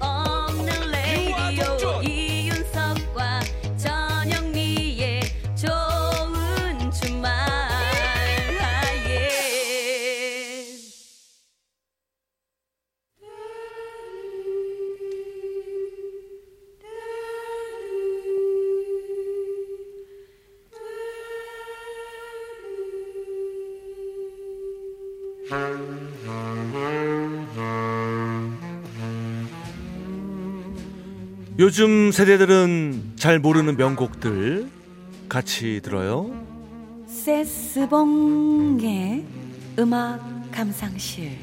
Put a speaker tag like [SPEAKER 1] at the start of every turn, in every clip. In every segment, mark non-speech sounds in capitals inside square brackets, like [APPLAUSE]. [SPEAKER 1] 없는 레이디오
[SPEAKER 2] 동전.
[SPEAKER 1] 이윤석과 전영미의 좋은 주말 예.
[SPEAKER 3] 요즘 세대들은 잘 모르는 명곡들 같이 들어요.
[SPEAKER 1] 세스봉의 음악 감상실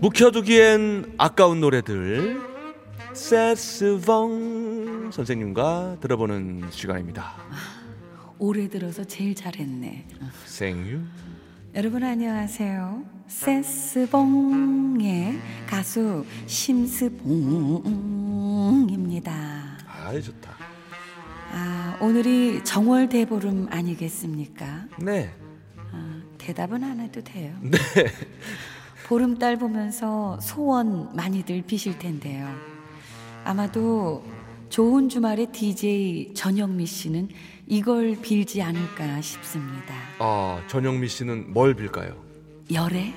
[SPEAKER 3] 묵혀두기엔 아까운 노래들 세스봉 선생님과 들어보는 시간입니다.
[SPEAKER 1] 올해 들어서 제일 잘했네
[SPEAKER 3] 생유
[SPEAKER 1] 여러분 안녕하세요. 세스봉의 가수 심스봉입니다.
[SPEAKER 3] 아 좋다.
[SPEAKER 1] 아, 오늘이 정월 대보름 아니겠습니까?
[SPEAKER 3] 네.
[SPEAKER 1] 아, 대답은 안 해도 돼요. 네. 보름달 보면서 소원 많이들 비실 텐데요. 아마도 좋은 주말에 DJ 전영미 씨는 이걸 빌지 않을까 싶습니다.
[SPEAKER 3] 아 전영미 씨는 뭘 빌까요?
[SPEAKER 1] 열애?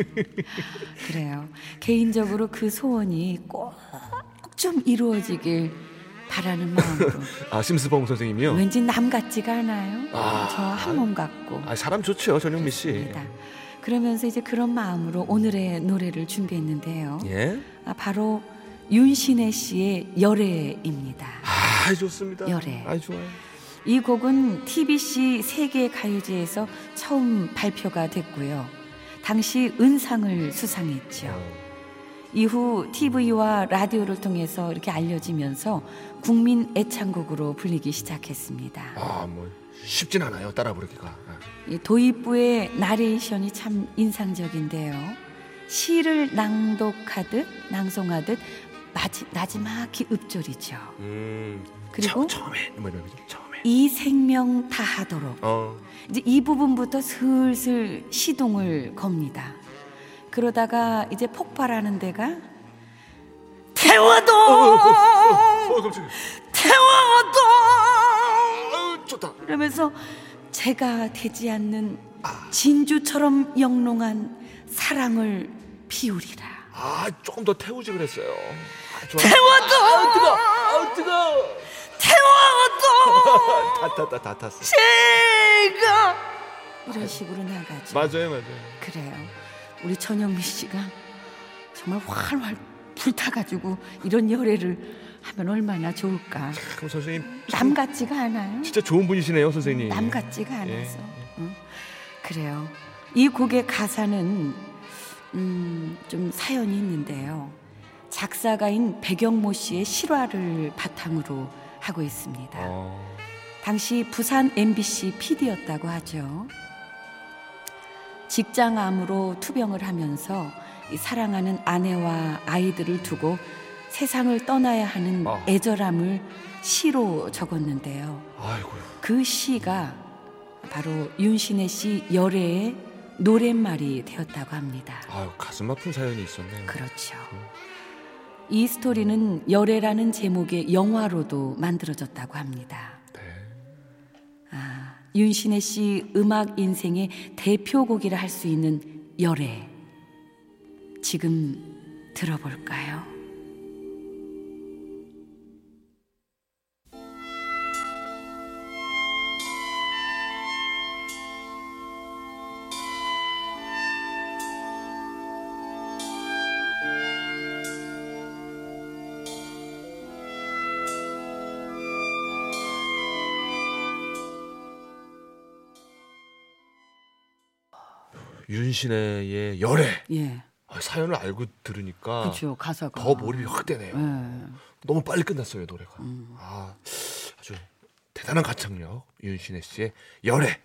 [SPEAKER 1] [LAUGHS] 그래요. 개인적으로 그 소원이 꼭 좀 이루어지길 바라는 마음으로.
[SPEAKER 3] 아 심스봉 선생님이요.
[SPEAKER 1] 왠지 남 같지가 않아요.
[SPEAKER 3] 아.
[SPEAKER 1] 저 한 몸 같고.
[SPEAKER 3] 아 예. 사람 좋죠 전영미 씨.
[SPEAKER 1] 그렇습니다. 그러면서 이제 그런 마음으로 오늘의 노래를 준비했는데요.
[SPEAKER 3] 예.
[SPEAKER 1] 아, 바로 윤신혜 씨의 열애입니다.
[SPEAKER 3] 아 좋습니다.
[SPEAKER 1] 열애.
[SPEAKER 3] 아 좋아요.
[SPEAKER 1] 이 곡은 TBC 세계 가요제에서 처음 발표가 됐고요. 당시 은상을 수상했죠. 이후 TV와 라디오를 통해서 이렇게 알려지면서 국민 애창곡으로 불리기 시작했습니다.
[SPEAKER 3] 아뭐 쉽진 않아요 따라 부르기가. 아.
[SPEAKER 1] 이 도입부의 나레이션이 참 인상적인데요. 시를 낭독하듯 낭송하듯 마지, 나지막히 읍조리죠.
[SPEAKER 3] 음.
[SPEAKER 1] 그리고
[SPEAKER 3] 처, 처음에 뭐 이런 거죠. 처음에.
[SPEAKER 1] 이 생명 다하도록
[SPEAKER 3] 어.
[SPEAKER 1] 이제 이 부분부터 슬슬 시동을 겁니다. 그러다가 이제 폭발하는 데가 태워동
[SPEAKER 3] 어 깜짝이야.
[SPEAKER 1] 태워동
[SPEAKER 3] 아 좋다.
[SPEAKER 1] 그러면서 제가 되지 않는 진주처럼 영롱한 사랑을 피우리라.
[SPEAKER 3] 아 조금 더 태우지 그랬어요. 아, 좋아.
[SPEAKER 1] 태워동
[SPEAKER 3] 아 뜨거. 아,
[SPEAKER 1] 태워동
[SPEAKER 3] 다다다다 탔어.
[SPEAKER 1] 제가 이런 식으로 나가죠.
[SPEAKER 3] 맞아요 맞아요.
[SPEAKER 1] 그래요. 우리 전영미 씨가 정말 활활 불타가지고 이런 열애를 하면 얼마나 좋을까.
[SPEAKER 3] 그럼 선생님
[SPEAKER 1] 남 같지가 않아요.
[SPEAKER 3] 진짜 좋은 분이시네요 선생님.
[SPEAKER 1] 남 같지가 않아서.
[SPEAKER 3] 예,
[SPEAKER 1] 응? 그래요. 이 곡의 가사는 음, 좀 사연이 있는데요. 작사가인 백영모 씨의 실화를 바탕으로 하고 있습니다.
[SPEAKER 3] 어.
[SPEAKER 1] 당시 부산 MBC PD였다고 하죠. 직장암으로 투병을 하면서 이 사랑하는 아내와 아이들을 두고 세상을 떠나야 하는
[SPEAKER 3] 아.
[SPEAKER 1] 애절함을 시로 적었는데요.
[SPEAKER 3] 아이고.
[SPEAKER 1] 그 시가 바로 윤신혜 씨 열애의 노랫말이 되었다고 합니다.
[SPEAKER 3] 아유 가슴 아픈 사연이 있었네요.
[SPEAKER 1] 그렇죠. 이 스토리는 열애라는 제목의 영화로도 만들어졌다고 합니다.
[SPEAKER 3] 네.
[SPEAKER 1] 아, 윤신혜 씨 음악 인생의 대표곡이라 할 수 있는 열애. 지금 들어볼까요?
[SPEAKER 3] 윤신혜의 열애
[SPEAKER 1] 예.
[SPEAKER 3] 아, 사연을 알고 들으니까
[SPEAKER 1] 그렇죠. 가사가.
[SPEAKER 3] 더 몰입이 확 되네요.
[SPEAKER 1] 예. 음.
[SPEAKER 3] 너무 빨리 끝났어요 노래가. 아 아주 대단한 가창력 윤신혜 씨의 열애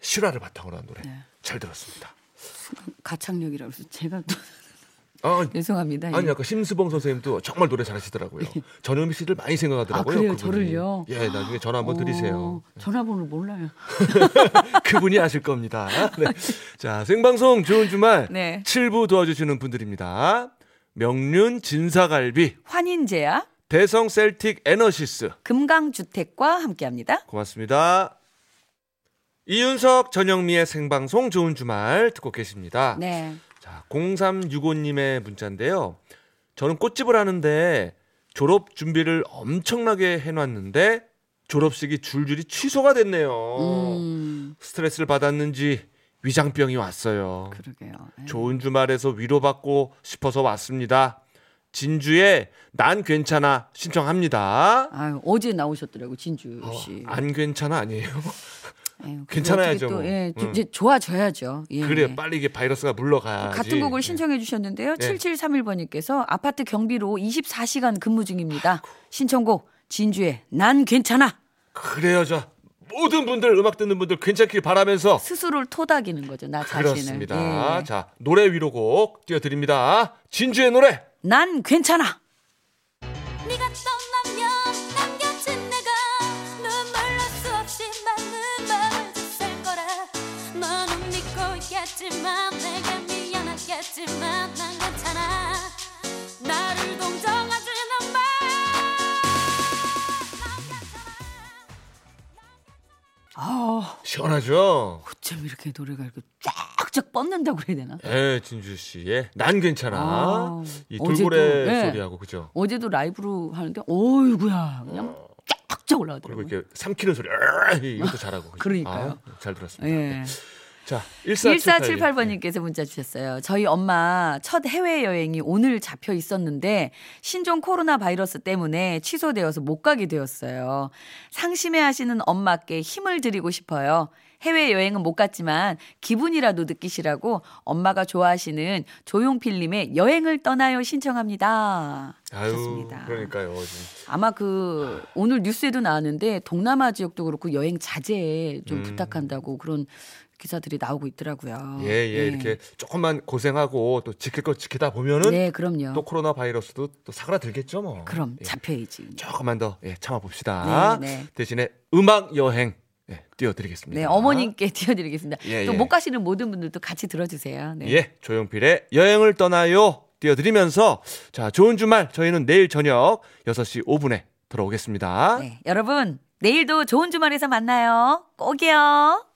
[SPEAKER 3] 실화를 바탕으로 한 노래
[SPEAKER 1] 네.
[SPEAKER 3] 잘 들었습니다.
[SPEAKER 1] 가창력이라서 제가 또 [LAUGHS]
[SPEAKER 3] 아,
[SPEAKER 1] 죄송합니다. 예.
[SPEAKER 3] 아니 아까 심수봉 선생님도 정말 노래 잘하시더라고요. 전현미 씨를 많이 생각하더라고요.
[SPEAKER 1] 아, 그래요?
[SPEAKER 3] 그분이.
[SPEAKER 1] 저를요?
[SPEAKER 3] 예, 나중에 전화 한번 드리세요.
[SPEAKER 1] 어, 전화번호 몰라요.
[SPEAKER 3] 그분이 아실 겁니다. 네. 자, 생방송 좋은 주말
[SPEAKER 1] 네.
[SPEAKER 3] 7부 도와주시는 분들입니다. 명륜 진사갈비,
[SPEAKER 1] 환인제야
[SPEAKER 3] 대성 셀틱 에너시스.
[SPEAKER 1] 금강주택과 함께합니다.
[SPEAKER 3] 고맙습니다. 이윤석, 전영미의 생방송 좋은 주말 듣고 계십니다.
[SPEAKER 1] 네.
[SPEAKER 3] 자, 0365님의 문자인데요. 저는 꽃집을 하는데 졸업 준비를 엄청나게 해놨는데 졸업식이 줄줄이 취소가 됐네요.
[SPEAKER 1] 음,
[SPEAKER 3] 스트레스를 받았는지 위장병이 왔어요.
[SPEAKER 1] 그러게요. 예.
[SPEAKER 3] 좋은 주말에서 위로받고 싶어서 왔습니다. 진주에 난 괜찮아 신청합니다.
[SPEAKER 1] 아유, 어제 나오셨더라고 진주
[SPEAKER 3] 어,
[SPEAKER 1] 씨.
[SPEAKER 3] 안 괜찮아 아니에요?
[SPEAKER 1] 아유, 그거
[SPEAKER 3] 괜찮아야죠,
[SPEAKER 1] 어떻게 또,
[SPEAKER 3] 뭐.
[SPEAKER 1] 예, 또
[SPEAKER 3] 음.
[SPEAKER 1] 이제 좋아져야죠. 예.
[SPEAKER 3] 그래 빨리 이게 바이러스가 물러가야지. 예.
[SPEAKER 1] 같은 곡을 신청해 주셨는데요.
[SPEAKER 3] 네.
[SPEAKER 1] 7731번님께서 아파트 경비로 24시간 근무 중입니다. 신청곡 진주의 난 괜찮아.
[SPEAKER 3] 그래요, 저 모든 분들 음악 듣는 분들 괜찮길 바라면서
[SPEAKER 1] 스스로를 토닥이는 거죠. 나 자신을.
[SPEAKER 3] 그렇습니다.
[SPEAKER 1] 예.
[SPEAKER 3] 자 노래 위로곡 띄워드립니다. 진주의 노래.
[SPEAKER 1] 난 괜찮아.
[SPEAKER 2] 네가 떠나면 남 곁은 내가 눈물로 수없이 많은 마음을 줬을 거라 너는 믿고 있겠지만 내가 미안하겠지만 난 괜찮아 나를 동정하지는 마
[SPEAKER 1] 아,
[SPEAKER 3] 시원하죠?
[SPEAKER 1] 어쩜 이렇게 노래가 이렇게 쫙쫙 뻗는다고 그래야 되나?
[SPEAKER 3] 예, 진주 씨의 난 괜찮아.
[SPEAKER 1] 아,
[SPEAKER 3] 이
[SPEAKER 1] 어제도,
[SPEAKER 3] 돌고래
[SPEAKER 1] 예.
[SPEAKER 3] 소리하고 그죠?
[SPEAKER 1] 어제도 라이브로 하는데 어이구야 그냥 쫙쫙
[SPEAKER 3] 그리고
[SPEAKER 1] 올라가더라고요.
[SPEAKER 3] 이렇게 삼키는 소리 으아, 이것도 잘하고. 그죠?
[SPEAKER 1] 그러니까요.
[SPEAKER 3] 아, 잘 들었습니다.
[SPEAKER 1] 예.
[SPEAKER 3] 자, 1478번
[SPEAKER 1] 1478번님께서 문자 주셨어요. 저희 엄마 첫 해외여행이 오늘 잡혀 있었는데 신종 코로나 바이러스 때문에 취소되어서 못 가게 되었어요. 상심해 하시는 엄마께 힘을 드리고 싶어요. 해외여행은 못 갔지만 기분이라도 느끼시라고 엄마가 좋아하시는 조용필님의 여행을 떠나요 신청합니다.
[SPEAKER 3] 아유,
[SPEAKER 1] 하셨습니다. 어,
[SPEAKER 3] 그러니까요. 지금.
[SPEAKER 1] 아마 그 오늘 뉴스에도 나왔는데 동남아 지역도 그렇고 여행 자제에 좀
[SPEAKER 3] 음.
[SPEAKER 1] 부탁한다고 그런 기사들이 나오고 있더라고요.
[SPEAKER 3] 예, 예, 이렇게 조금만 고생하고 또 지킬 거 지키다 보면은
[SPEAKER 1] 네, 그럼요.
[SPEAKER 3] 또 코로나 바이러스도 또 사그라들겠죠, 뭐.
[SPEAKER 1] 그럼
[SPEAKER 3] 예,
[SPEAKER 1] 잡혀야지.
[SPEAKER 3] 조금만 더 예, 참아 봅시다.
[SPEAKER 1] 네, 네.
[SPEAKER 3] 대신에 음악 여행 예, 띄워드리겠습니다.
[SPEAKER 1] 네, 어머님께 [LAUGHS] 띄워드리겠습니다.
[SPEAKER 3] 예,
[SPEAKER 1] 또
[SPEAKER 3] 예.
[SPEAKER 1] 못 가시는 모든 분들도 같이 들어주세요. 네.
[SPEAKER 3] 예, 조용필의 여행을 떠나요 띄워드리면서 자 좋은 주말 저희는 내일 저녁 6시 5분에 돌아오겠습니다.
[SPEAKER 1] 네, 여러분 내일도 좋은 주말에서 만나요. 꼭이요.